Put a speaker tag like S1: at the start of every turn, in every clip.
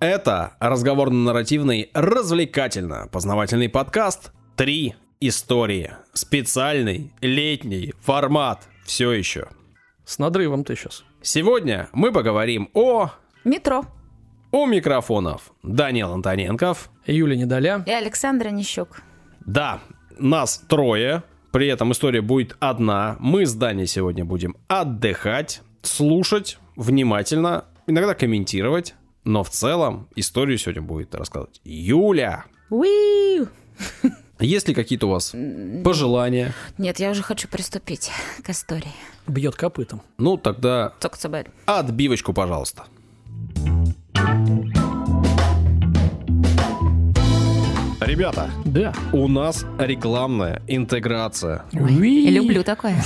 S1: Это разговорно-нарративный, развлекательно-познавательный подкаст «Три истории». Специальный летний формат все еще.
S2: С надрывом ты сейчас.
S1: Сегодня мы поговорим о...
S3: Метро.
S1: У микрофонов Данил Антоненков.
S2: Юля Недоля.
S3: И Александра Нищук.
S1: Да, нас трое, при этом история будет одна. Мы с Даней сегодня будем отдыхать, слушать внимательно, иногда комментировать. Но в целом историю сегодня будет рассказывать Юля.
S3: Уи!
S1: Есть ли какие-то у вас пожелания?
S3: Нет, я уже хочу приступить к истории.
S2: Бьет копытом.
S1: Ну, тогда
S3: Цок цобаль.
S1: отбивочку, пожалуйста. Ребята,
S2: Да.
S1: у нас рекламная интеграция.
S2: Уи.
S3: Люблю такое.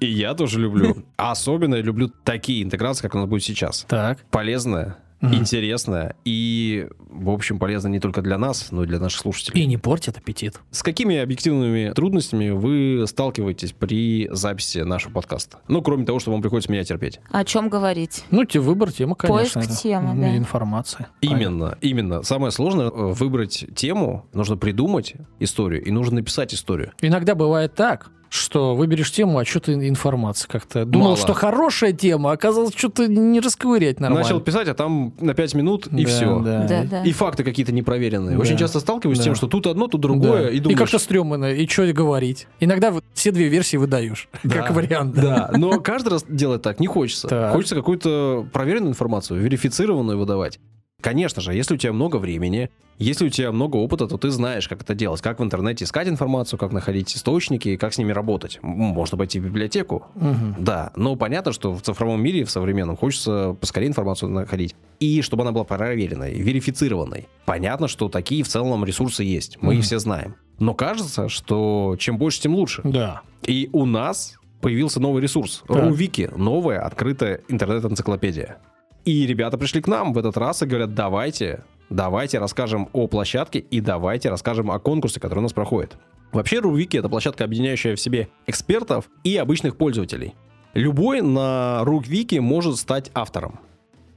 S1: И я тоже люблю. А Особенно я люблю такие интеграции, как у нас будет сейчас.
S2: Так.
S1: Полезная, интересная и, в общем, полезная не только для нас, но и для наших слушателей.
S2: И не портит аппетит.
S1: С какими объективными трудностями вы сталкиваетесь при записи нашего подкаста? Ну, кроме того, что вам приходится меня терпеть.
S3: О чем говорить?
S2: Ну, те выбор темы,
S3: Поиск
S2: конечно. это.
S3: темы,
S2: М,
S3: да.
S2: Информация.
S1: Именно, именно. Самое сложное э, выбрать тему, нужно придумать историю и нужно написать историю.
S2: Иногда бывает так, что выберешь тему, а что-то информация как-то. Думал,
S1: Мало.
S2: что хорошая тема, а оказалось, что-то не расковырять нормально.
S1: Начал писать, а там на 5 минут и
S2: Да,
S1: все.
S2: Да.
S3: Да, да.
S1: И факты какие-то непроверенные. Очень
S2: Да.
S1: часто сталкиваюсь с
S2: Да.
S1: тем, что тут одно, тут другое,
S2: Да.
S1: и думаешь...
S2: как-то стрёмно, и что говорить. Иногда вот все две версии выдаешь,
S1: Да,
S2: как вариант.
S1: Да, «А, но каждый раз делать так не хочется.
S2: Так.
S1: Хочется какую-то проверенную информацию, верифицированную выдавать. Конечно же, если у тебя много времени, если у тебя много опыта, то ты знаешь, как это делать, как в интернете искать информацию, как находить источники, и как с ними работать. М, Можно пойти в библиотеку.
S2: Мгм.
S1: Да, но понятно, что в цифровом мире, в современном, хочется поскорее информацию находить. И чтобы она была проверенной, верифицированной. Понятно, что такие в целом ресурсы есть, мы их
S2: Мгм.
S1: все знаем. Но кажется, что чем больше, тем лучше.
S2: Да.
S1: И у нас появился новый ресурс.
S2: Так.
S1: Рувики. Новая открытая интернет-энциклопедия. И ребята пришли к нам в этот раз и говорят, давайте, давайте расскажем о площадке и давайте расскажем о конкурсе, который у нас проходит. Вообще Рувики — это площадка, объединяющая в себе экспертов и обычных пользователей. Любой на Рувики может стать автором.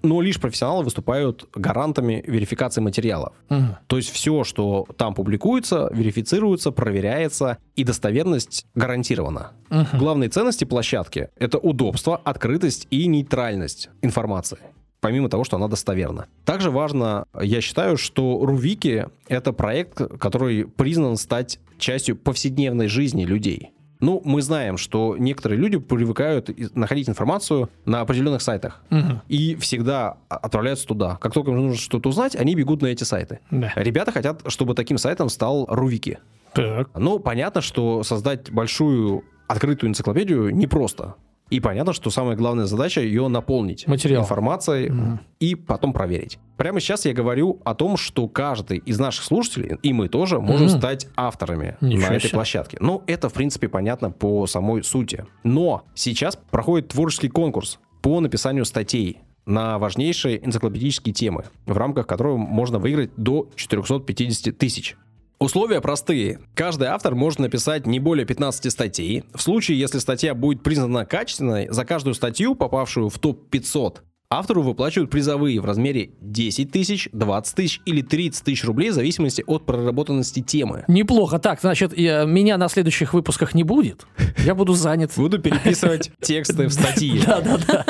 S1: Но лишь профессионалы выступают гарантами верификации материалов.
S2: Мгм.
S1: То есть все, что там публикуется, верифицируется, проверяется, и достоверность гарантирована.
S2: Мгм.
S1: Главные ценности площадки — это удобство, открытость и нейтральность информации помимо того, что она достоверна. Также важно, я считаю, что Рувики — это проект, который признан стать частью повседневной жизни людей. Ну, мы знаем, что некоторые люди привыкают и- находить информацию на определенных сайтах
S2: Мгм.
S1: и всегда а- отправляются туда. Как только им нужно что-то узнать, они бегут на эти сайты.
S2: Да.
S1: Ребята хотят, чтобы таким сайтом стал Рувики.
S2: Так.
S1: Ну, понятно, что создать большую открытую энциклопедию непросто. И понятно, что самая главная задача ее наполнить
S2: Материал.
S1: информацией
S2: Мгм.
S1: и потом проверить. Прямо сейчас я говорю о том, что каждый из наших слушателей, и мы тоже, можем
S2: Мгм.
S1: стать авторами
S2: Ничего
S1: на этой
S2: себе.
S1: площадке. Ну, это, в принципе, понятно по самой сути. Но сейчас проходит творческий конкурс по написанию статей на важнейшие энциклопедические темы, в рамках которого можно выиграть до 450 тысяч. Условия простые. Каждый автор может написать не более 15 статей. В случае, если статья будет признана качественной, за каждую статью, попавшую в топ-500, автору выплачивают призовые в размере 10 тысяч, 20 тысяч или 30 тысяч рублей в зависимости от проработанности темы.
S2: Неплохо. Так, значит, я- меня на следующих выпусках не будет. Я буду занят.
S1: Буду переписывать тексты в статьи.
S2: Да-да-да.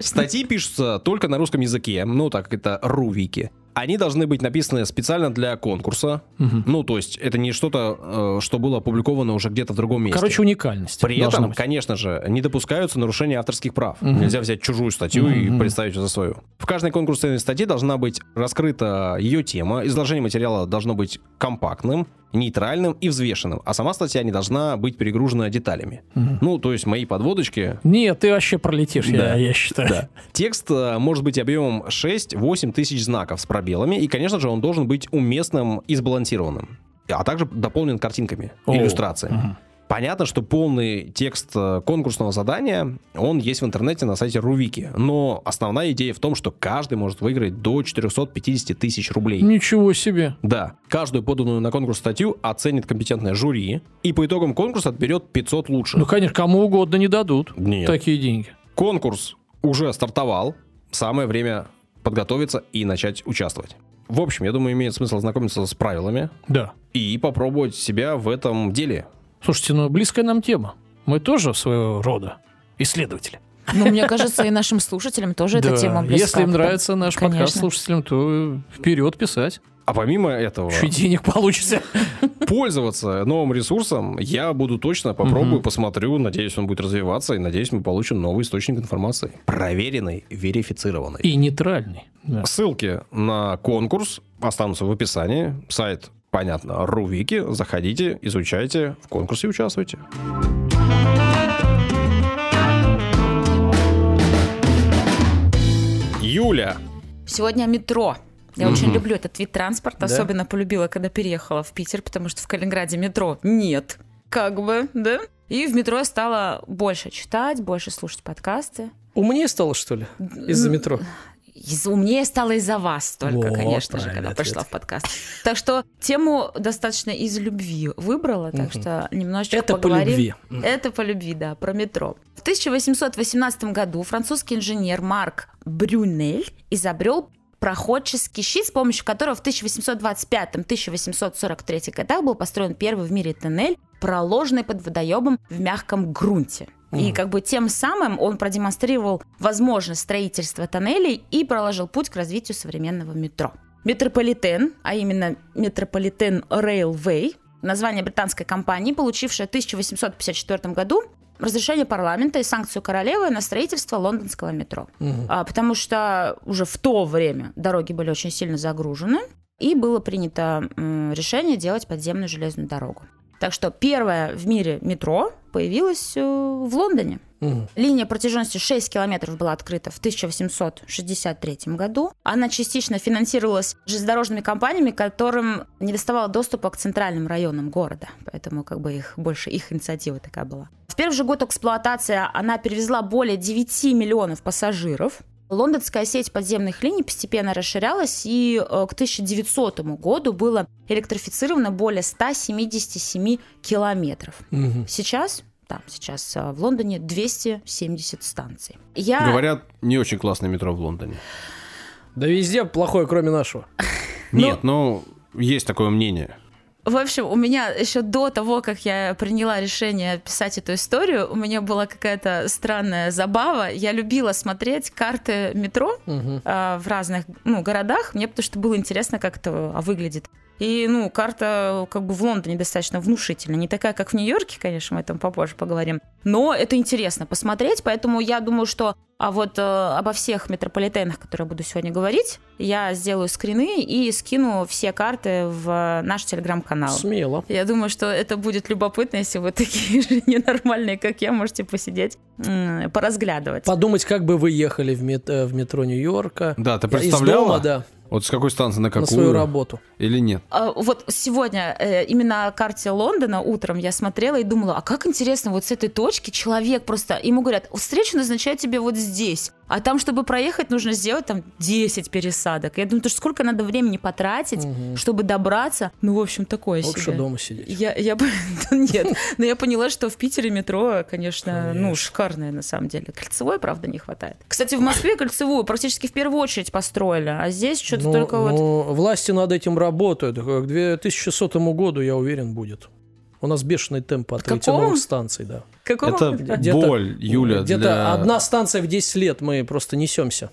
S1: Статьи пишутся только на русском языке, ну так как это рувики. Они должны быть написаны специально для конкурса.
S2: Мгм.
S1: Ну, то есть это не что-то, э, что было опубликовано уже где-то в другом месте.
S2: Короче, уникальность.
S1: При
S2: должна
S1: этом,
S2: быть.
S1: конечно же, не допускаются нарушения авторских прав.
S2: Мгм.
S1: Нельзя взять чужую статью и
S2: Мгм.
S1: представить за свою. В каждой конкурсной статье должна быть раскрыта ее тема, изложение материала должно быть компактным, нейтральным и взвешенным, а сама статья не должна быть перегружена деталями.
S2: Мгм.
S1: Ну, то есть мои подводочки...
S2: Нет, ты вообще пролетишь,
S1: Да.
S2: я, я считаю.
S1: Да. Текст э, может быть объемом 6-8 тысяч знаков с пробелами, и, конечно же, он должен быть уместным и сбалансированным, а также дополнен картинками,
S2: О.
S1: иллюстрациями.
S2: Мгм.
S1: Понятно, что полный текст э, конкурсного задания, он есть в интернете на сайте Рувики. Но основная идея в том, что каждый может выиграть до 450 тысяч рублей.
S2: Ничего себе.
S1: Да, каждую поданную на конкурс статью оценит компетентное жюри, и по итогам конкурса отберет 500 лучших.
S2: Ну, конечно, кому угодно не дадут
S1: Нет.
S2: такие деньги.
S1: Конкурс уже стартовал, самое время подготовиться и начать участвовать. В общем, я думаю, имеет смысл ознакомиться с правилами
S2: Да.
S1: и попробовать себя в этом деле.
S2: Слушайте, ну близкая нам тема. Мы тоже своего рода исследователи.
S3: Ну, мне кажется, и нашим слушателям тоже
S2: Да,
S3: эта тема близка.
S2: Если им
S3: потому-
S2: нравится наш подкаст
S3: Конечно.
S2: слушателям, то вперед писать.
S1: А помимо этого,
S2: Чуть денег получится.
S1: пользоваться новым ресурсом я буду точно попробую, посмотрю. Надеюсь, он будет развиваться, и надеюсь, мы получим новый источник информации. Проверенный, верифицированный.
S2: И нейтральный. Да.
S1: Ссылки на конкурс останутся в описании. Сайт, понятно, Рувики. Заходите, изучайте, в конкурсе участвуйте. Юля,
S3: Сегодня метро. Я
S1: Мгм.
S3: очень люблю этот вид транспорта,
S2: Да?
S3: особенно полюбила, когда переехала в Питер, потому что в Калининграде метро нет. Как бы, да? И в метро я стала больше читать, больше слушать подкасты.
S4: Умнее стало, что ли, из-за метро?
S3: Из- умнее стала из-за вас только,
S4: Вот,
S3: конечно же, когда
S4: правильный
S3: пришла в подкаст. Так что тему достаточно из любви выбрала, так
S4: Мгм.
S3: что немножечко
S4: Это по
S3: поговорим.
S4: любви.
S3: Это по любви, да, про метро. В 1818 году французский инженер Марк Брюнель изобрел проходческий щит, с помощью которого в 1825-1843 годах был построен первый в мире тоннель, проложенный под водоемом в мягком грунте. И
S4: Мгм.
S3: как бы тем самым он продемонстрировал возможность строительства тоннелей и проложил путь к развитию современного метро. Метрополитен, а именно Метрополитен Railway, название британской компании, получившее в 1854 году разрешение парламента и санкцию королевы на строительство лондонского метро.
S4: Мгм.
S3: А, потому что уже в то время дороги были очень сильно загружены, и было принято м, решение делать подземную железную дорогу. Так что первое в мире метро появилось э, в Лондоне.
S4: Мгм.
S3: Линия протяженностью 6 километров была открыта в 1863 году. Она частично финансировалась железнодорожными компаниями, которым не доставало доступа к центральным районам города. Поэтому как бы их, больше их инициатива такая была. В первый же год эксплуатации она перевезла более 9 миллионов пассажиров. Лондонская сеть подземных линий постепенно расширялась, и э, к 1900 году было электрифицировано более 177 километров.
S4: Мгм.
S3: Сейчас, там сейчас а, в Лондоне 270 станций.
S4: А.
S3: Я...
S1: говорят, не очень классное метро в Лондоне.
S4: Да везде плохое, кроме нашего.
S1: Нет, ну, есть такое мнение.
S3: В общем, у меня еще до того, как я приняла решение писать эту историю, у меня была какая-то странная забава. Я любила смотреть карты метро,
S4: Мгм.
S3: а, в разных ну, городах. Мне потому что было интересно, как это а, выглядит. И, ну, карта как бы в Лондоне достаточно внушительная. Не такая, как в Нью-Йорке, конечно, мы там попозже поговорим. Но это интересно посмотреть, поэтому я думаю, что а вот э, обо всех метрополитенах, которые я буду сегодня говорить, я сделаю скрины и скину все карты в э, наш телеграм-канал.
S4: Смело.
S3: Я думаю, что это будет любопытно, если вы такие же ненормальные, как я, можете посидеть, м, э, поразглядывать.
S4: Подумать, как бы вы ехали в, мет- э, в метро Нью-Йорка.
S1: Да, ты
S4: Из
S1: представляла?
S4: дома, да,
S1: Вот с какой станции на какую?
S4: на свою работу.
S1: Или нет?
S3: А, Вот сегодня э, именно о карте Лондона утром я смотрела и думала, а как интересно, вот с этой точки человек просто, ему говорят, встречу назначают тебе вот здесь, а там, чтобы проехать, нужно сделать там 10 пересадок. Я думаю, то ж сколько надо времени потратить,
S4: Мгм.
S3: чтобы добраться, ну, в общем, такое
S4: Лучше
S3: себе.
S4: дома сидеть.
S3: Я, я, бы- да нет, но я поняла, что в Питере метро, конечно, ну,
S4: Конечно.
S3: шикарное на самом деле. Кольцевой, правда, не хватает. Кстати, в Москве кольцевую практически в первую очередь построили, а здесь что-то
S4: Ну,
S3: только вот...
S4: ну, власти над этим работают. Э, К 2100 году, я уверен, будет. У нас бешеный темп открытия
S3: Какому?
S4: новых станций, да.
S3: Какого
S1: Это
S4: Где-то-
S1: боль, Юля,
S4: Где-то
S1: для
S4: одна станция в 10 лет мы просто несемся.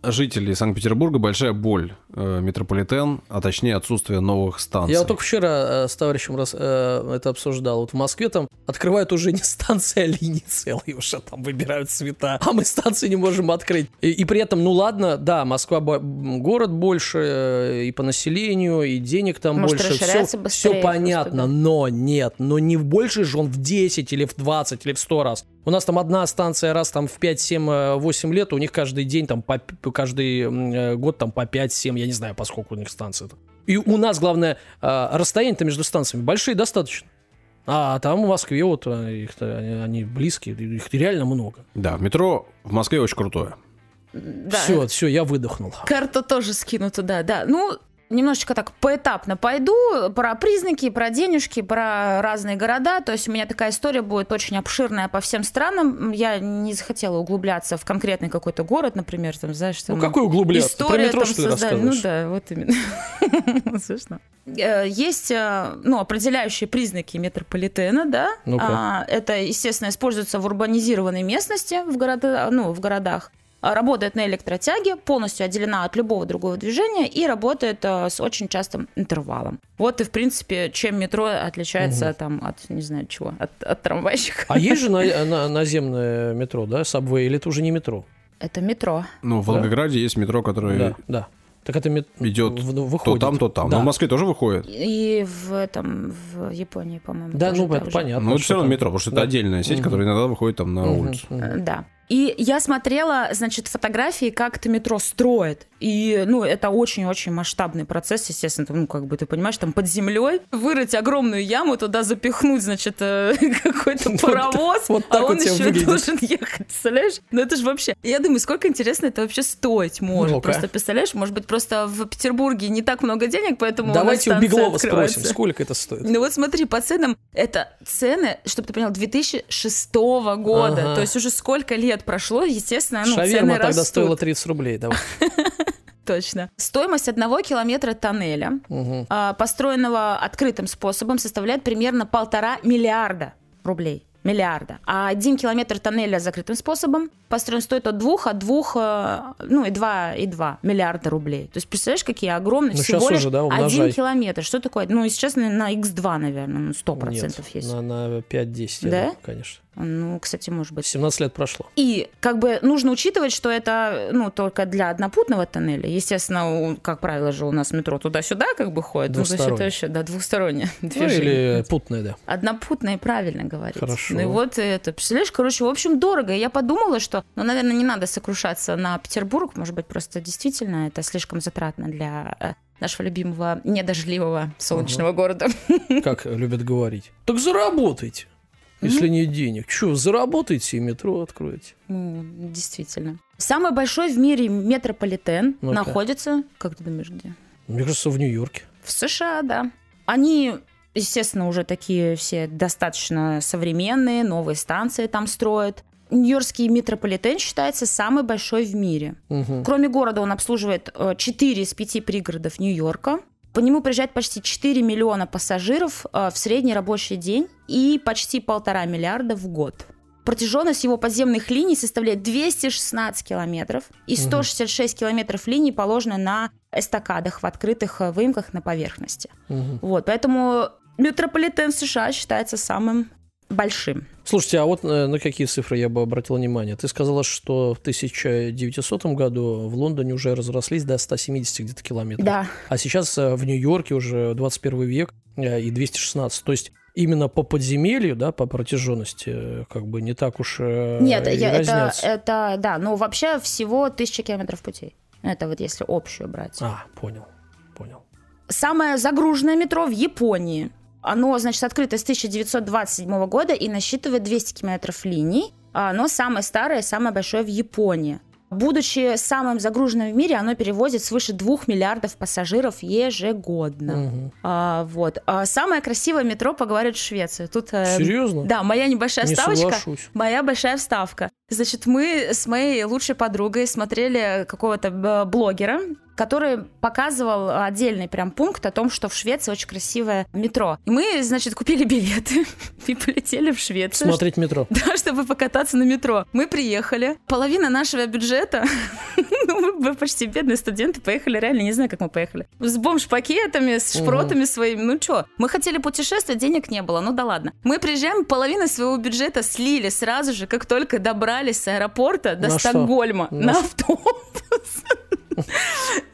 S1: жителей Санкт-Петербурга большая боль э, метрополитен, а точнее отсутствие новых станций.
S4: Я вот только вчера э, с товарищем раз, э, это обсуждал. Вот в Москве там открывают уже не станции, а линии целые уже там выбирают цвета, а мы станции не можем открыть. И, и при этом, ну ладно, да, Москва бо- м, город больше э, и по населению, и денег там
S3: Может,
S4: больше.
S3: расширяется
S4: все,
S3: быстрее просто,
S4: понятно,
S3: да.
S4: но нет, но не в больше же он в 10 или в 20 или в 100 раз. У нас там одна станция раз там в 5, 7, э, 8 лет, у них каждый день там, по, п- каждый м, э, год там по 5, 7, я не знаю, поскольку у них станция. И у нас, главное, э, расстояние-то между станциями большие достаточно. А там в Москве вот э, их-то, они, они близкие, их реально много.
S1: Да, метро в Москве очень крутое.
S3: Да,
S4: Все, все, я выдохнул.
S3: Карту тоже скину туда, да. Ну, немножечко так поэтапно пойду про признаки, про денежки, про разные города. То есть у меня такая история будет очень обширная по всем странам. Я не захотела углубляться в конкретный какой-то город, например, там, знаешь,
S4: Ну
S3: там-
S4: какой углубляться? Ты Про
S3: История
S4: метро,
S3: там
S4: что ли,
S3: создали. Ну
S4: рассказываешь?
S3: да, вот именно. Слышно. Э, Есть э, ну, определяющие признаки метрополитена, да.
S4: Ну-ка.
S3: А, Это, естественно, используется в урбанизированной местности, в, города, ну, в городах. А, Работает на электротяге, полностью отделена от любого другого движения и работает э, с очень частым интервалом. Вот и, в принципе, чем метро отличается там от, не знаю, чего, от, от трамвайщика.
S4: А есть же на- на- наземное метро, да, сабвей, или это уже не метро?
S3: Это метро.
S1: Ну, в
S4: Да.
S1: Волгограде есть метро, которое
S4: Да, да. Так это мет-
S1: идет
S4: в- ну,
S1: то
S4: выходит.
S1: там, то там.
S4: Да.
S1: Но в Москве тоже выходит.
S3: И в этом, в Японии, по-моему.
S4: Да,
S3: тоже
S4: ну
S3: так
S4: это
S3: же.
S4: понятно.
S1: Но это
S4: что
S1: все равно
S4: там.
S1: метро, потому что это
S4: Да.
S1: отдельная сеть,
S4: Мгм.
S1: которая иногда выходит там на
S4: Мгм,
S1: улицу.
S4: мгм.
S3: Э, Да. И я смотрела, значит, фотографии, как это метро строит. И, ну, это очень-очень масштабный процесс, естественно. Там, ну, как бы ты понимаешь, там под землей вырыть огромную яму, туда запихнуть, значит, э, какой-то
S4: Вот-
S3: паровоз,
S4: вот так
S3: а
S4: у
S3: он
S4: тебя
S3: еще
S4: выглядит.
S3: должен ехать, представляешь? Ну, это же вообще... Я думаю, сколько интересно это вообще стоить может.
S4: Ну-ка.
S3: Просто, представляешь, может быть, просто в Петербурге не так много денег, поэтому у нас
S4: Давайте у
S3: станция
S4: Беглова
S3: открывается.
S4: спросим, сколько это стоит.
S3: Ну вот смотри, по ценам, это цены, чтобы ты понял, 2006 года.
S4: Ага.
S3: То есть уже сколько лет прошло, естественно, ну, цены
S4: Шаверма тогда
S3: растут.
S4: стоила 30 рублей, давай.
S3: Точно. Стоимость одного километра тоннеля,
S4: Мгм.
S3: а, построенного открытым способом, составляет примерно полтора миллиарда рублей. Миллиарда. А один километр тоннеля закрытым способом построен стоит от двух, от двух, э, ну и два, и два миллиарда рублей. То есть представляешь, какие огромные.
S4: Ну,
S3: Всего
S4: щас
S3: лишь
S4: уже, да, умножай.
S3: один километр. Что такое? Ну, если честно, на x2, наверное, ну, 100%
S4: Нет,
S3: есть.
S4: На, на 5-10, я
S3: Да?
S4: думаю, конечно.
S3: Ну, кстати, может быть.
S4: 17 лет прошло.
S3: И как бы нужно учитывать, что это ну только для однопутного тоннеля. Естественно, у- как правило же у нас метро туда-сюда как бы ходит. Ну, значит, это
S4: Двусторонний.
S3: вообще, да, двухстороннее
S4: Ну,
S3: движение.
S4: или путное, да.
S3: Однопутное, правильно говорить.
S4: Хорошо.
S3: Ну и вот это, представляешь, короче, в общем, дорого. И я подумала, что, ну, наверное, не надо сокрушаться на Петербург. Может быть, просто действительно это слишком затратно для э, нашего любимого, недожливого солнечного города.
S4: Как любят говорить. Так заработайте, если нет денег. Че, заработайте и метро откроете.
S3: Ну, действительно. Самый большой в мире метрополитен
S4: Ну-ка.
S3: находится, как ты думаешь, где?
S4: Мне кажется, в Нью-Йорке.
S3: В США, да. Они, естественно, уже такие все достаточно современные, новые станции там строят. Нью-Йоркский метрополитен считается самый большой в мире.
S4: Мгм.
S3: Кроме города, он обслуживает 4 из 5 пригородов Нью-Йорка. По нему приезжает почти 4 миллиона пассажиров э, в средний рабочий день и почти полтора миллиарда в год. Протяженность его подземных линий составляет 216 километров, и
S4: Мгм.
S3: 166 километров линий положено на эстакадах в открытых э, выемках на поверхности.
S4: Мгм.
S3: Вот, поэтому метрополитен США считается самым большим.
S4: Слушайте, а вот э, на какие цифры я бы обратил внимание? Ты сказала, что в 1900 году в Лондоне уже разрослись до 170 где-то километров.
S3: Да,
S4: А сейчас э, в Нью-Йорке уже 21 век э, и 216. То есть именно по подземелью, да, по протяженности, э, как бы не так уж э,
S3: Нет,
S4: и
S3: я- это,
S4: разнятся.
S3: это, да, ну вообще всего тысяча километров путей. Это вот если общую брать.
S4: А, понял, понял.
S3: Самое загруженное метро в Японии. Оно, значит, открыто с 1927 года и насчитывает 200 километров линий. А Оно самое старое и самое большое в Японии. Будучи самым загруженным в мире, оно перевозит свыше 2 миллиардов пассажиров ежегодно.
S4: Мгм.
S3: А, вот. А самое красивое метро поговорит в Швеции. Тут, э,
S4: Серьезно?
S3: да, моя небольшая
S4: не
S3: ставочка.
S4: соглашусь.
S3: Моя большая вставка. Значит, мы с моей лучшей подругой смотрели какого-то э, блогера, который показывал отдельный прям пункт о том, что в Швеции очень красивое метро. И мы, значит, купили билеты и полетели в Швецию.
S4: Смотреть метро.
S3: Да, чтобы покататься на метро. Мы приехали. Половина нашего бюджета. Ну, мы бы почти бедные студенты поехали. Реально, не знаю, как мы поехали. С бомж-пакетами, с
S4: Мгм.
S3: шпротами своими. Ну, чё? Мы хотели путешествовать, денег не было. Ну, да ладно. Мы приезжаем, половину своего бюджета слили сразу же, как только добрались с аэропорта до
S4: На что?
S3: Стокгольма.
S4: На
S3: На
S4: что?
S3: автобус.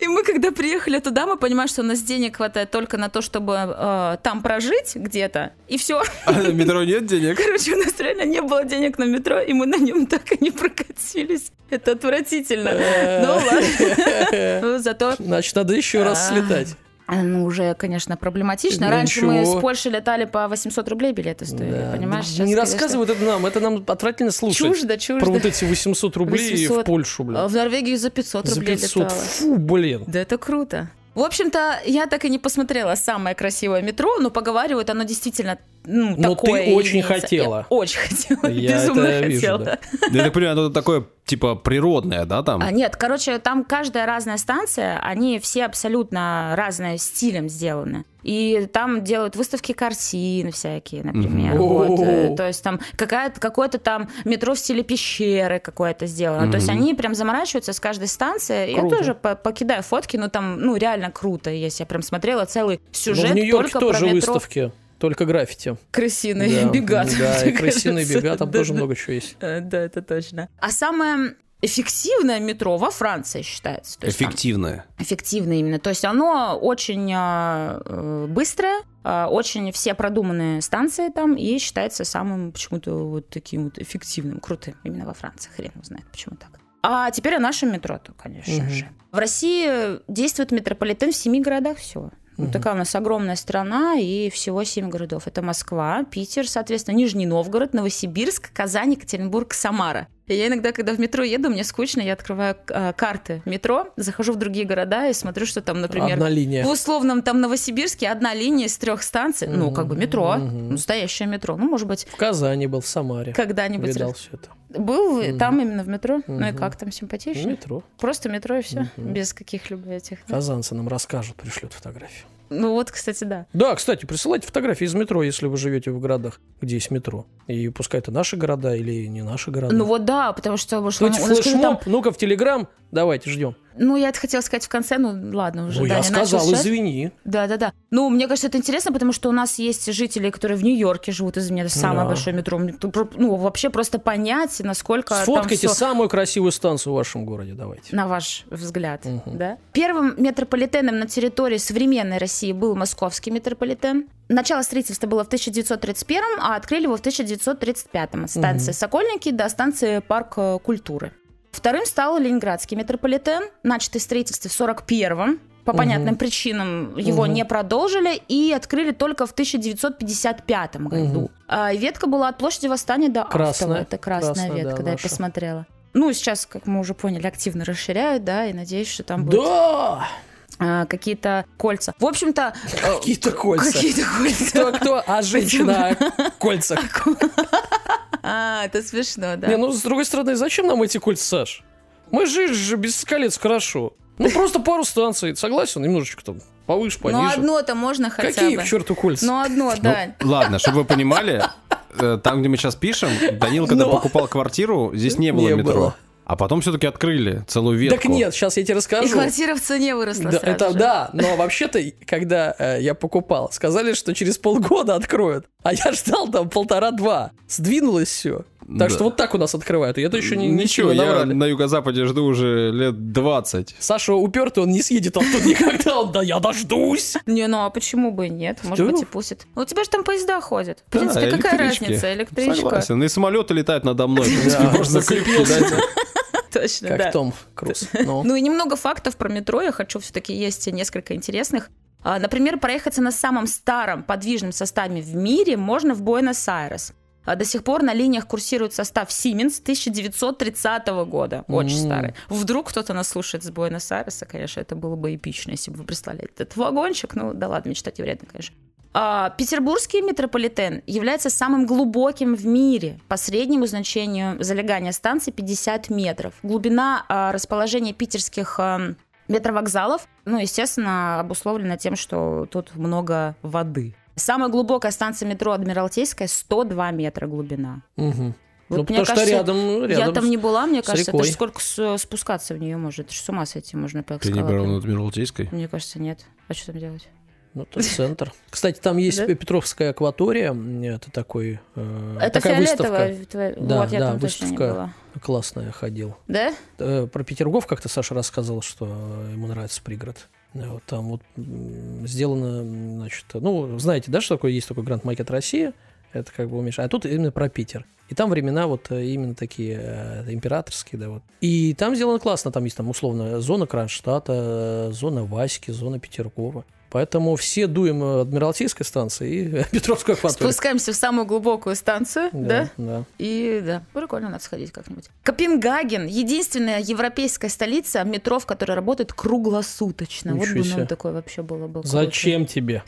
S3: И мы, когда приехали туда, мы понимаем, что у нас денег хватает только на то, чтобы э, там прожить где-то. И все.
S1: А на метро нет денег?
S3: Короче, у нас реально не было денег на метро, и мы на нем так и не прокатились. Это отвратительно.
S4: Э.
S3: Ну ладно. Ну, Зато
S4: Значит, надо еще раз
S3: А.
S4: слетать.
S3: а, ну, уже, конечно, проблематично.
S4: Ну,
S3: Раньше
S4: ничего.
S3: мы с Польши летали по 800 рублей билеты стоили,
S4: Да.
S3: понимаешь?
S4: Да
S3: Сейчас,
S4: Не
S3: конечно,
S4: рассказывай это нам, это нам отвратительно слушать.
S3: Чуждо,
S4: Про вот
S3: чуждо.
S4: эти 800 рублей
S3: 800.
S4: в Польшу,
S3: А
S4: блин.
S3: В Норвегию за 500
S4: За
S3: рублей
S4: 500.
S3: летала.
S4: Фу, блин.
S3: Да это круто. В общем-то, я так и не посмотрела самое красивое метро, но поговаривают, оно действительно ну,
S4: Но
S3: такое.
S4: ты очень
S3: имеется.
S4: хотела.
S3: Я очень хотела,
S4: Я
S3: безумно
S4: это вижу,
S3: хотела.
S4: да.
S1: Я так понимаю, оно такое, типа, природное, да, там?
S3: А, нет, короче, там каждая разная станция, они все абсолютно разные стилем сделаны. И там делают выставки картин всякие, например.
S1: Мгм.
S3: Вот, э,
S4: О.
S3: То есть там какая-то, какое-то там метро в стиле пещеры какое-то сделано. То есть
S1: Мгм.
S3: они прям заморачиваются с каждой станции.
S4: Круто.
S3: Я тоже по- покидаю фотки, но там ну реально круто есть. Я прям смотрела целый
S4: Но
S3: сюжет
S4: Ну, в Нью-Йорке
S3: только
S4: тоже
S3: про метро
S4: выставки, только граффити.
S3: крысиные бега.
S4: Да, и
S3: мне
S4: крысиные
S3: кажется.
S4: бега, там
S3: Да,
S4: тоже
S3: да.
S4: много чего есть.
S3: Э, Да, это точно. А самое эффективное метро во Франции считается. То есть там
S1: Эффективное.
S3: эффективно именно. То есть оно очень а, э, быстрое, а, очень все продуманные станции там и считается самым почему-то вот таким вот эффективным, крутым именно во Франции. Хрен его знает, почему так. А теперь о нашем метро, то, конечно
S4: Мгм.
S3: же. В России действует метрополитен в семи городах всего. Ну,
S4: Мгм.
S3: такая у нас огромная страна, и всего семь городов. Это Москва, Питер, соответственно, Нижний Новгород, Новосибирск, Казань, Екатеринбург, Самара. И я иногда, когда в метро еду, мне скучно, я открываю э, карты метро, захожу в другие города и смотрю, что там, например,
S4: Одна линия.
S3: в условном там Новосибирске одна линия из трех станций, ну, как бы метро,
S4: Мгм.
S3: настоящее метро. Ну, может быть,
S4: В Казани был, в Самаре.
S3: когда-нибудь
S4: Видал
S3: раз-
S4: все это.
S3: был
S4: Мгм.
S3: там именно в метро. Ну и
S4: Мгм.
S3: как там
S4: В
S3: симпатично?
S4: метро.
S3: Просто метро и все,
S4: Мгм. А
S3: без каких-либо этих. да.
S4: Казанцы нам расскажут, пришлют фотографии.
S3: Ну вот, кстати, да.
S4: Да, кстати, присылайте фотографии из метро, если вы живете в городах, где есть метро. И пускай это наши города или не наши города.
S3: Ну вот да, потому что потому что
S4: Кто-нибудь
S3: у нас, скажи,
S4: флешмоб,
S3: там-
S4: ну-ка в Телеграм, давайте ждем.
S3: Ну, я это хотела сказать в конце, ну ладно уже.
S4: Ну,
S3: Даня
S4: я сказал,
S3: начал сейчас.
S4: извини.
S3: Да, да, да. Ну, мне кажется, это интересно, потому что у нас есть жители, которые в Нью-Йорке живут, из-за меня это самое
S4: Да.
S3: большое метро. Мне тут про- Ну, вообще просто понять, насколько
S4: Сфоткайте
S3: там всё-
S4: самую красивую станцию в вашем городе, давайте.
S3: на ваш взгляд,
S4: Мгм.
S3: да? Первым метрополитеном на территории современной России был московский метрополитен. Начало строительства было в 1931, а открыли его в 1935 от станции
S4: Мгм.
S3: Сокольники до станции Парк э, культуры. Вторым стал ленинградский метрополитен, начатый строительство в 1941 по
S4: Мгм.
S3: понятным причинам его
S4: Мгм.
S3: не продолжили и открыли только в 1955 году.
S4: Мгм.
S3: А, и ветка была от площади Восстания до Автова.
S4: Красная.
S3: Это красная,
S4: Красная,
S3: ветка,
S4: да,
S3: да, я
S4: наша.
S3: посмотрела. Ну, сейчас, как мы уже поняли, активно расширяют, да, и надеюсь, что там будут
S4: Да!
S3: а, какие-то кольца. В общем-то, э,
S4: Какие-то кольца.
S3: какие-то
S4: Кто,
S3: кольца.
S4: кто? А женщина о кольцах.
S3: А, это смешно,
S4: Не,
S3: да.
S4: ну, с другой стороны, зачем нам эти кольца, Саш? Мы жили же без колец хорошо. Ну, просто пару станций, согласен? Немножечко там повыше,
S3: Ну,
S4: пониже.
S3: одно-то можно хотя
S4: Какие,
S3: бы.
S4: к черту, кольца?
S3: Ну, одно, да.
S1: Ну, ладно, чтобы вы понимали, э, там, где мы сейчас пишем, Данил, когда
S4: Но.
S1: покупал квартиру, здесь не было
S4: Не
S1: метро.
S4: было.
S1: А потом все-таки открыли целую ветку.
S4: так нет, сейчас я тебе
S3: И
S4: расскажу.
S3: квартира в цене выросла
S4: Да,
S3: сразу
S4: это
S3: же.
S4: да, но вообще-то, когда э, я покупал, сказали, что через полгода откроют, а я ждал там полтора-два, сдвинулось все.
S1: Да.
S4: Так что вот так у нас открывают, и это еще не,
S1: Ничего,
S4: ничего не
S1: я
S4: наврали.
S1: на юго-западе жду уже лет 20.
S4: Саша упертый, он не съедет оттуда никогда, он, да я дождусь.
S3: Не, ну а почему бы и нет? Может
S4: Да. ну.
S3: быть, и пустят. У тебя же там поезда ходят. В
S1: Да,
S3: принципе, какая
S1: электрички.
S3: разница? Электричка.
S1: Согласен. Ну И самолеты летают надо мной. В принципе,
S4: Да,
S1: можно клюк
S4: зацепился.
S1: кидать.
S3: Точно, да.
S4: Типа, Как Том Круз. Ну.
S3: Ну и немного фактов про метро. Я хочу все-таки есть несколько интересных. А, Например, проехаться на самом старом подвижном составе в мире можно в Буэнос-Айрес. А До сих пор на линиях курсирует состав Siemens 1930 года. Очень
S4: М.
S3: старый. Вдруг кто-то нас слушает с Буэнос-Айреса, конечно, это было бы эпично, если бы вы прислали этот вагончик. Ну да ладно, мечтать и вредно, конечно. А, Петербургский метрополитен является самым глубоким в мире. По среднему значению залегания станции 50 метров. Глубина а, расположения питерских ам, метровокзалов, ну, естественно, обусловлена тем, что тут много воды. Самая глубокая станция метро Адмиралтейская 102 метра глубина.
S4: Мгм. Ну,
S3: Вот мне
S4: потому что
S3: кажется,
S4: рядом,
S3: Я там
S4: рядом
S3: не была, мне
S4: с
S3: кажется, это
S4: рекой.
S3: ж сколько с- э, спускаться в нее может, это ж с ума сойти можно по
S1: Ты не брал
S3: эскалатору.
S1: над Адмиралтейской?
S3: Мне кажется, нет. А что там делать?
S4: Ну, это центр. Кстати, там есть
S3: Да?
S4: Петровская акватория. Это такой... э,
S3: Это
S4: такая
S3: фиолетовая.
S4: выставка
S3: твоя-
S4: Да,
S3: вот я
S4: да,
S3: там точно не
S4: выставка.
S3: была.
S4: классная ходил.
S3: Да?
S4: Э, Про Петергоф как-то Саша рассказал, что э, ему нравится пригород. Э, вот Там вот м, сделано, м, значит, ну, знаете, да, что такое есть такой Гранд Макет России? Это как бы уменьшено. А тут именно про Питер. И там времена вот э, именно такие э, императорские, да, вот. И там сделано классно. Там есть там условно зона Кронштадта, э, зона Васьки, зона Петергофа. Поэтому все дуем э, Адмиралтейской станции и Петровской акватории.
S3: Спускаемся в самую глубокую станцию, да?
S4: Да.
S3: И да, прикольно, надо сходить как-нибудь. Копенгаген – единственная европейская столица метро, в которой работает круглосуточно.
S4: Ничего
S3: вот бы
S4: себе.
S3: нам такое вообще было бы. круто.
S4: Зачем тебе?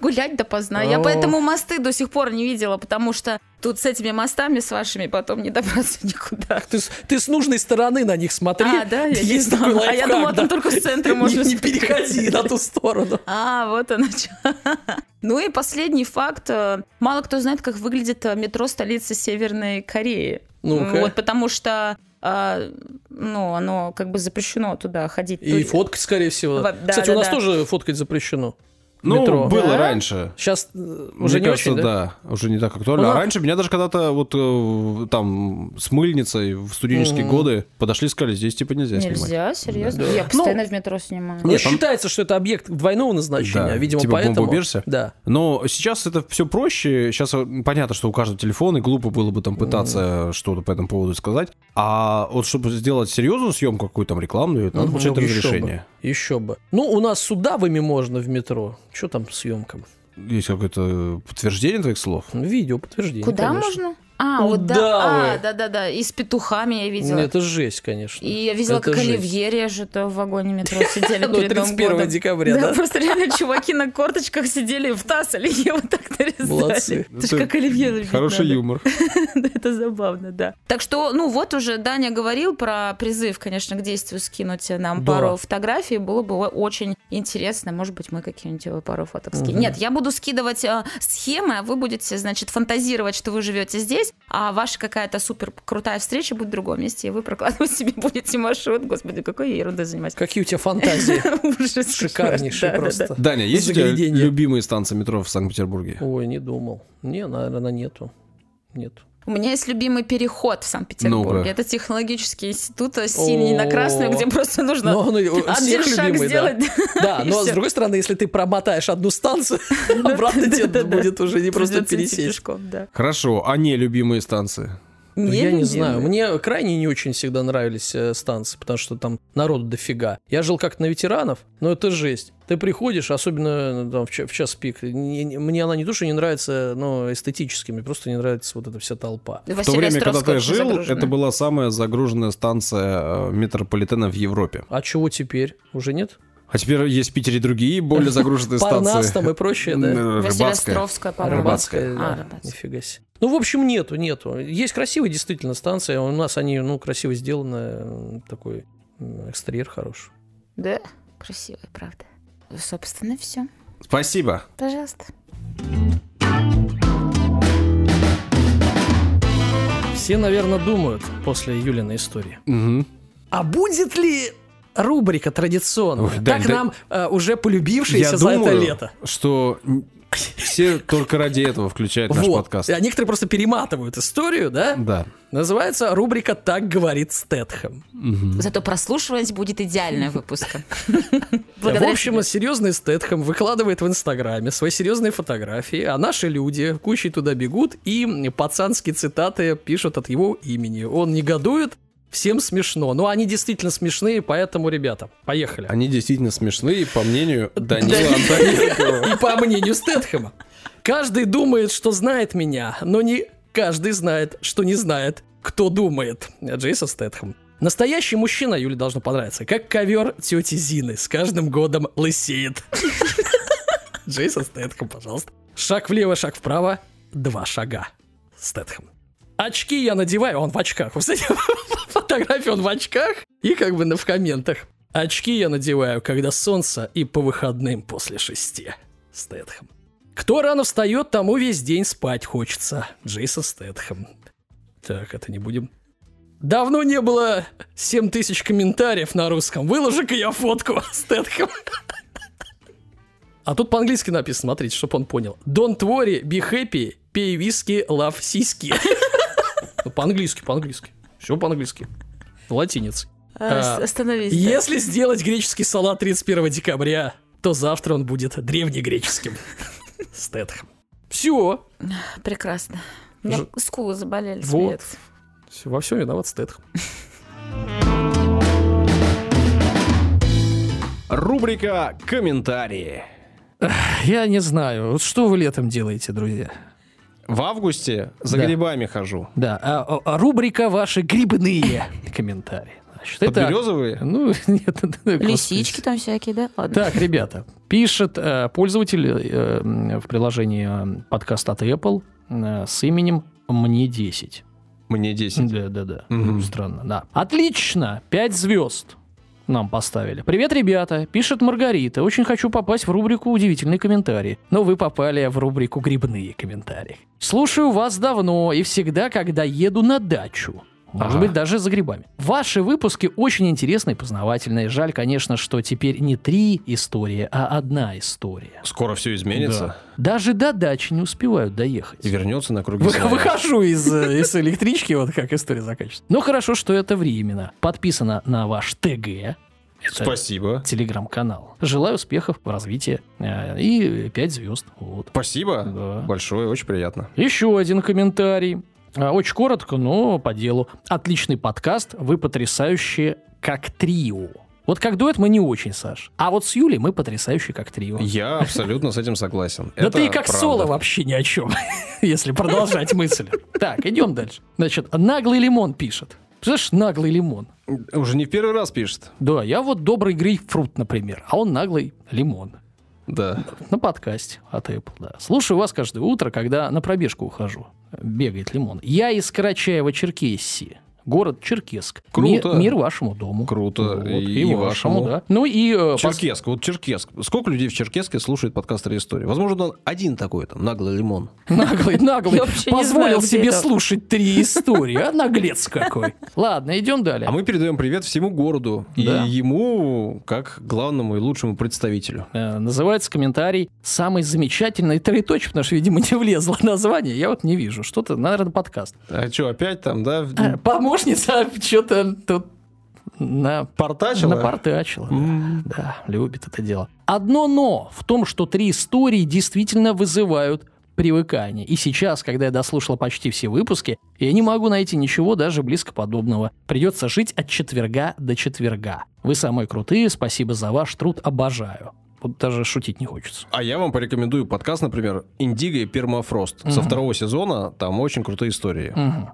S3: Гулять допоздна. Я
S4: О.
S3: поэтому мосты до сих пор не видела, потому что тут с этими мостами, с вашими, потом не добраться никуда.
S4: Ты, с- ты с нужной стороны на них смотри.
S3: А, да, я не
S4: Есть такой
S3: знала. А я
S4: лайфхак,
S3: думала, там
S4: да.
S3: только с центра можно
S4: Не- Не
S3: смотреть.
S4: переходи на ту сторону.
S3: А, вот оно чё. Ну и последний факт. э, Мало кто знает, как выглядит э, метро столицы Северной Кореи.
S4: Ну-ка.
S3: Вот потому что э, ну, оно как бы запрещено туда ходить.
S4: И
S3: Тури-
S4: фоткать, скорее всего.
S3: Во- да,
S4: Кстати,
S3: да,
S4: у нас
S3: да.
S4: тоже фоткать запрещено.
S1: Ну,
S4: Метро.
S1: было
S3: Да?
S1: раньше.
S4: Сейчас э, уже
S1: Мне
S4: не
S1: кажется,
S4: очень, да?
S1: да? уже не так актуально.
S4: Ну,
S1: а
S4: да.
S1: раньше меня даже когда-то вот э, там с мыльницей в студенческие
S4: Мгм.
S1: годы подошли и сказали, здесь типа нельзя, снимать.
S3: Нельзя, серьезно?
S4: Да.
S3: Я
S4: Ну,
S3: постоянно в метро снимаю.
S4: Ну,
S1: Нет, там-
S4: считается, что это объект двойного назначения,
S1: Да,
S4: видимо,
S1: типа
S4: поэтому.
S1: бомбоубежище?
S4: Да.
S1: Но сейчас это все проще. Сейчас э, понятно, что у каждого телефон, и глупо было бы там пытаться что-то по этому поводу сказать. А вот чтобы сделать серьезную съемку какую-то Ну, там рекламную, надо получать разрешение.
S4: Еще ну, бы. Ну, у нас судавами можно в метро. Что там съемкам?
S1: Есть какое-то подтверждение твоих слов?
S4: Ну, Видео подтверждение.
S3: Куда
S4: конечно. Ну
S3: можно? А, вот да.
S4: Удавы.
S3: А, да-да-да. И с петухами я
S4: Ну,
S3: видела.
S4: Это жесть, конечно.
S3: И я видела,
S4: это
S3: как
S4: жесть.
S3: Оливье режет э, в вагоне метро. Сидели
S4: Ну,
S3: перед Новым
S4: 31
S3: годом.
S4: декабря, да?
S3: просто реально чуваки на корточках сидели в таз Оливье вот так нарезали.
S4: Молодцы.
S3: Это же как Оливье любить
S1: Хороший
S3: надо.
S1: юмор.
S3: Это забавно, да. Так что, ну вот уже Даня говорил про призыв, конечно, к действию скинуть нам
S4: Да.
S3: пару фотографий. Было бы о- очень интересно. Может быть, мы какие-нибудь его пару фоток скинем.
S4: Мгм.
S3: Нет, я буду скидывать э, схемы, а вы будете, значит, фантазировать, что вы живете здесь, а ваша какая-то супер крутая встреча будет в другом месте, и вы прокладывать себе будете маршрут. Господи, какой я ерундой занимаюсь.
S4: Какие у тебя фантазии?
S3: Ужас.
S4: Шикарнейшие
S3: Да, да, да.
S4: просто.
S1: Даня, есть у тебя
S4: Загляденье.
S1: любимые станции метро в Санкт-Петербурге?
S4: Ой, не думал. Не, наверное, нету. Нет.
S3: У меня есть любимый переход в Санкт-Петербурге.
S1: Ну-ка.
S3: Это технологический институт э, синий на красный,
S4: О.
S3: где просто нужно
S4: Но он и- у всех
S3: один шаг
S4: любимый, да.
S3: сделать.
S4: Да,
S3: И
S4: но с
S3: всё. Ну
S4: другой стороны, если ты промотаешь одну станцию, обратно тебе
S3: Да-да-да.
S4: будет уже не просто
S3: Придётся идти
S4: пересечь.
S3: пешком, да.
S1: Хорошо, а не любимые станции?
S4: Ну, Я не
S3: любимый.
S4: знаю. Мне крайне не очень всегда нравились э, станции, потому что там народу дофига. Я жил как на ветеранов, но это жесть. Ты приходишь, особенно ну, там, в, ча- в час пик. не- не- мне она не то, что не нравится, но эстетически. Мне просто не нравится вот эта вся толпа.
S3: У
S1: В то
S3: Василия
S1: время, когда
S3: Островского
S1: ты
S3: очень
S1: жил,
S3: загружено.
S1: это была самая загруженная станция э, метрополитена в Европе.
S4: А чего теперь? Уже нет?
S1: А теперь есть в Питере другие более загруженные
S4: Парнас
S1: станции.
S4: там и прочее, да?
S1: Н-
S3: Василия
S1: Рыбацкая.
S3: Островская, по-моему.
S1: Рыбацкая.
S4: Рыбацкая. да.
S3: А, Рыбацкая.
S4: Нифига себе. Ну, в общем, нету, нету. Есть красивые действительно станции. У нас они, ну, красиво сделаны. м, Такой м, экстерьер хороший.
S3: Да, красивая, правда. Собственно, все.
S1: Спасибо.
S3: Пожалуйста.
S4: Все, наверное, думают после Юлиной истории.
S1: Мгм.
S4: А будет ли рубрика традиционная,
S1: Ой, Дань,
S4: как
S1: да-
S4: нам э, уже полюбившаяся
S1: Я
S4: за это
S1: думаю,
S4: лето?
S1: что н- все только ради этого включают наш
S4: Вот.
S1: подкаст.
S4: А некоторые просто перематывают историю, да?
S1: Да.
S4: Называется рубрика «Так говорит Стэтхэм».
S1: Мгм.
S3: Зато прослушивать будет идеальная выпуска.
S4: в общем,
S3: А,
S4: серьезный Стэтхэм выкладывает в Инстаграме свои серьезные фотографии, а наши люди кучей туда бегут и пацанские цитаты пишут от его имени. Он негодует, всем смешно. Но они действительно смешные, поэтому, ребята, поехали.
S1: Они действительно смешные, по мнению Данила
S4: Да.
S1: Антоненкова.
S4: И по мнению Стэтхэма. Каждый думает, что знает меня, но не каждый знает, что не знает, кто думает. Джейсон Стэтхэм. Настоящий мужчина, Юле должно понравиться, как ковер тети Зины, с каждым годом лысеет. Джейсон Стэтхэм, пожалуйста. Шаг влево, шаг вправо, два шага. Стэтхэм. Очки я надеваю, а он в очках. Кстати, фотографии он в очках и как бы на- в комментах. Очки я надеваю, когда солнце и по выходным после шести. Стэтхэм. Кто рано встает, тому весь день спать хочется. Джейсон Стэтхэм. Так, это не будем. Давно не было 7000 комментариев на русском. Выложи-ка я фотку Стэтхэм. А тут по-английски написано, смотрите, чтобы он понял. Don't worry, be happy, пей виски, love сиськи. Ну, По-английски, по-английски. Все по-английски. В латинице. а,
S3: Остановись. да.
S4: Если сделать греческий салат 31 декабря, то завтра он будет древнегреческим. Стэтхэм. Все.
S3: Прекрасно. У меня
S4: Ж-
S3: скулы заболели.
S4: Вот.
S3: смеяться.
S4: Во всем виноват Стэтхэм.
S1: Рубрика «Комментарии».
S4: Я не знаю. Вот что вы летом делаете, друзья?
S1: В августе за
S4: Да.
S1: грибами хожу.
S4: Да, а- а- а рубрика «Ваши грибные комментарии». Значит, это-
S1: Подберезовые?
S4: Ну, нет. это, господи.
S3: Лисички там всякие, да? Ладно.
S4: Так, ребята, пишет э, пользователь э, м, в приложении э, подкаст от Apple э, с именем «Мне 10».
S1: Мне 10.
S4: Да, да, да.
S1: Мгм.
S4: Странно, да. Отлично! Пять звезд нам поставили. Привет, ребята! Пишет Маргарита. Очень хочу попасть в рубрику «Удивительные комментарии». Но вы попали в рубрику «Грибные комментарии». Слушаю вас давно и всегда, когда еду на дачу. Может
S1: Ага.
S4: быть, даже за грибами. Ваши выпуски очень интересные и познавательные. Жаль, конечно, что теперь не три истории, а одна история.
S1: Скоро все изменится.
S4: Да. Даже до дачи не успевают доехать.
S1: И вернется на круги
S4: Вы-
S1: своя.
S4: Выхожу из, э, из электрички, вот как история заканчивается. Но Ну, хорошо, что это временно. Подписано на ваш ТГ. Это
S1: Спасибо.
S4: Телеграм-канал. Желаю успехов в развитии. э, И 5 звезд. Вот.
S1: Спасибо.
S4: Да.
S1: Большое, очень приятно.
S4: Еще один комментарий. А, Очень коротко, но по делу. Отличный подкаст. Вы потрясающие как трио. Вот как дуэт мы не очень, Саш. А вот с Юлей мы потрясающие как трио.
S1: Я абсолютно с этим согласен.
S4: Да
S1: Это
S4: ты и как
S1: правда.
S4: соло вообще ни о чем, если продолжать мысль. Так, идем дальше. Значит, наглый лимон пишет. Слышишь, наглый лимон.
S1: Уже не в первый раз пишет.
S4: Да, я вот добрый грейпфрут, например, а он наглый лимон.
S1: Да.
S4: На подкасте от Apple, да. Слушаю вас каждое утро, когда на пробежку ухожу. Бегает лимон. Я из Карачаева-Черкесии. Город Черкесск. Ми-
S1: Круто.
S4: Мир вашему дому.
S1: Круто.
S4: Вот,
S1: И- и вашему.
S4: да. Ну и э, пос-
S1: Черкесск, вот Черкесск. Сколько людей в Черкеске слушает подкаст «Реистория»? Возможно, он один такой там, наглый лимон.
S4: Наглый, наглый.
S3: Я вообще не
S4: Позволил
S3: знаю, где
S4: себе
S3: это.
S4: слушать три истории. А наглец какой. Ладно, идем далее.
S1: А мы передаем привет всему городу
S4: Да.
S1: и ему как главному и лучшему представителю.
S4: Э, Называется комментарий «Самый замечательный троеточек», потому что, видимо, не влезло название. Я вот не вижу. Что-то, наверное, подкаст.
S1: А что, опять там, да,
S4: Э, Помощница что-то тут на...
S1: портачила?
S4: Напортачила. да.
S1: М.
S4: Да, любит это дело. Одно но в том, что три истории действительно вызывают привыкание. И сейчас, когда я дослушал почти все выпуски, я не могу найти ничего даже близко подобного. Придется жить от четверга до четверга. Вы самые крутые, спасибо за ваш труд, обожаю. Вот даже шутить не хочется.
S1: А я вам порекомендую подкаст, например, «Индиго и пермафрост». Со
S4: Мгм.
S1: второго сезона там очень крутые истории.
S4: Мгм.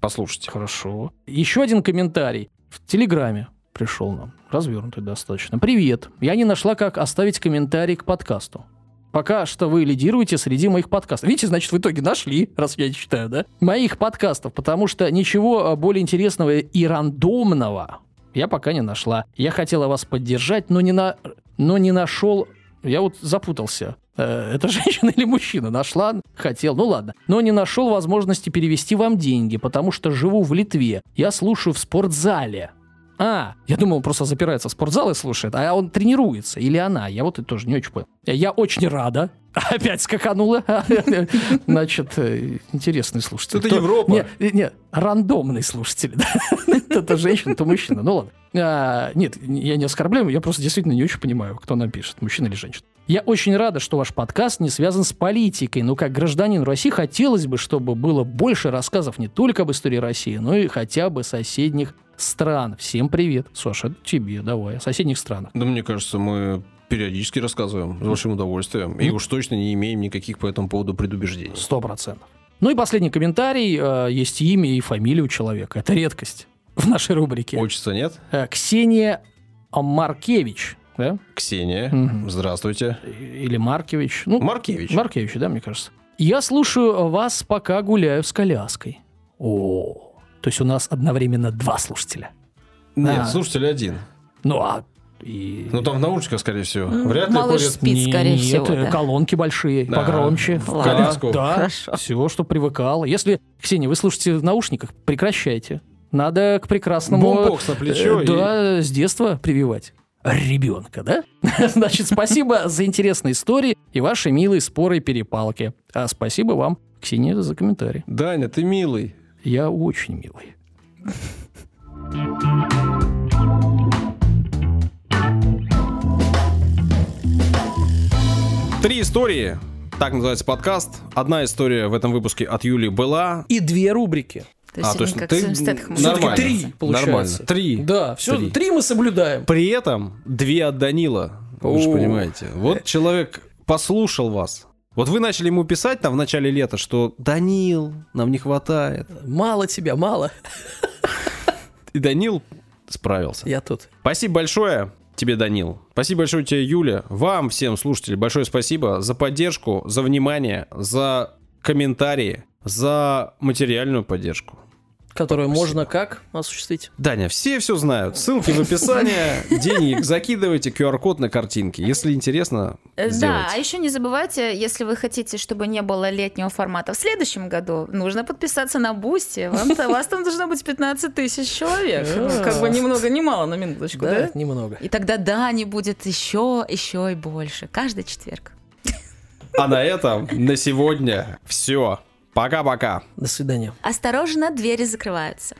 S1: Послушайте.
S4: Хорошо. Еще один комментарий в Телеграме пришел нам. Развернутый достаточно. Привет. Я не нашла, как оставить комментарий к подкасту. Пока что вы лидируете среди моих подкастов. Видите, значит, в итоге нашли, раз я не читаю, да? Моих подкастов, потому что ничего а, более интересного и рандомного я пока не нашла. Я хотела вас поддержать, но не, на... но не нашел... Я вот запутался. Э, Это женщина или мужчина? Нашла, хотел, ну ладно. Но не нашел возможности перевести вам деньги, потому что живу в Литве. Я слушаю в спортзале. А, я думал, он просто запирается в спортзал и слушает, а он тренируется, или она, я вот это тоже не очень понял. Я очень рада, опять скаканула, значит, э, интересный слушатель.
S1: Это
S4: Кто-
S1: Европа.
S4: Не, не, не, рандомный слушатель, да. то то женщина, то мужчина, ну ладно. А, Нет, я не оскорбляю, я просто действительно не очень понимаю, кто нам пишет, мужчина или женщина. Я очень рада, что ваш подкаст не связан с политикой, но как гражданин России хотелось бы, чтобы было больше рассказов не только об истории России, но и хотя бы соседних стран. Всем привет. Саша, это тебе давай. О соседних странах.
S1: Да мне кажется, мы периодически рассказываем с большим удовольствием. И
S4: Ну.
S1: уж точно не имеем никаких по этому поводу предубеждений.
S4: Сто процентов. Ну и последний комментарий. э, Есть имя и фамилия у человека. Это редкость в нашей рубрике.
S1: Отчества нет?
S4: Э, Ксения Маркевич, да?
S1: Ксения.
S4: Мгм.
S1: Здравствуйте.
S4: Или Маркевич. Ну,
S1: Маркевич.
S4: Маркевич, да, мне кажется. Я слушаю вас, пока гуляю с коляской. О, то есть у нас одновременно два слушателя.
S1: Нет,
S4: А.
S1: слушатель один.
S4: Ну а и...
S1: Ну там в наушниках, скорее всего. Вряд ли
S3: Малыш
S1: ходят.
S3: спит,
S4: Не-
S3: скорее
S4: нет,
S3: всего.
S4: э,
S3: да.
S4: колонки большие,
S1: Да,
S4: погромче.
S1: в
S3: Ладно.
S1: коляску.
S4: Да,
S3: Хорошо.
S4: все, что привыкало. Если, Ксения, вы слушаете в наушниках, прекращайте. Надо к прекрасному...
S1: Бумбокс на плечо.
S4: Э,
S1: и-
S4: Да, с детства прививать. Ребенка, да? Значит, спасибо за интересные истории и ваши милые споры и перепалки. А спасибо вам, Ксения, за комментарий.
S1: Даня, ты милый.
S4: Я очень милый.
S1: Три истории. Так называется подкаст. Одна история в этом выпуске от Юли была.
S5: И две рубрики.
S3: То есть
S1: А,
S3: сегодня
S1: точно,
S3: как
S1: ты
S3: Сэм Стэтхэм.
S1: нормально.
S5: Всё-таки три, получается.
S1: Нормально. Три.
S5: Да, все,
S1: Три.
S5: три мы соблюдаем.
S1: При этом две от Данила. Э. Вы же
S5: О.
S1: понимаете. Вот человек послушал вас. Вот вы начали ему писать там в начале лета, что Данил, нам не хватает.
S4: Мало тебя, мало.
S1: И Данил справился.
S4: Я тут.
S1: Спасибо большое тебе, Данил. Спасибо большое тебе, Юля. Вам, всем слушателям, большое спасибо за поддержку, за внимание, за комментарии, за материальную поддержку.
S4: Которую можно как осуществить?
S1: Даня, все все знают. Ссылки в описании. Денег закидывайте, QR-код на картинке. Если интересно,
S3: Э, Да, а
S1: сделайте.
S3: еще не забывайте, если вы хотите, чтобы не было летнего формата в следующем году, нужно подписаться на Бусти. Вас там должно быть 15 тысяч человек. Ну, Как бы ни много, ни мало на минуточку, Типа, да?
S4: Немного.
S3: И тогда да, не будет еще, еще и больше. Каждый четверг.
S1: А на этом на сегодня все. Пока-пока.
S4: До свидания.
S3: Осторожно, двери закрываются.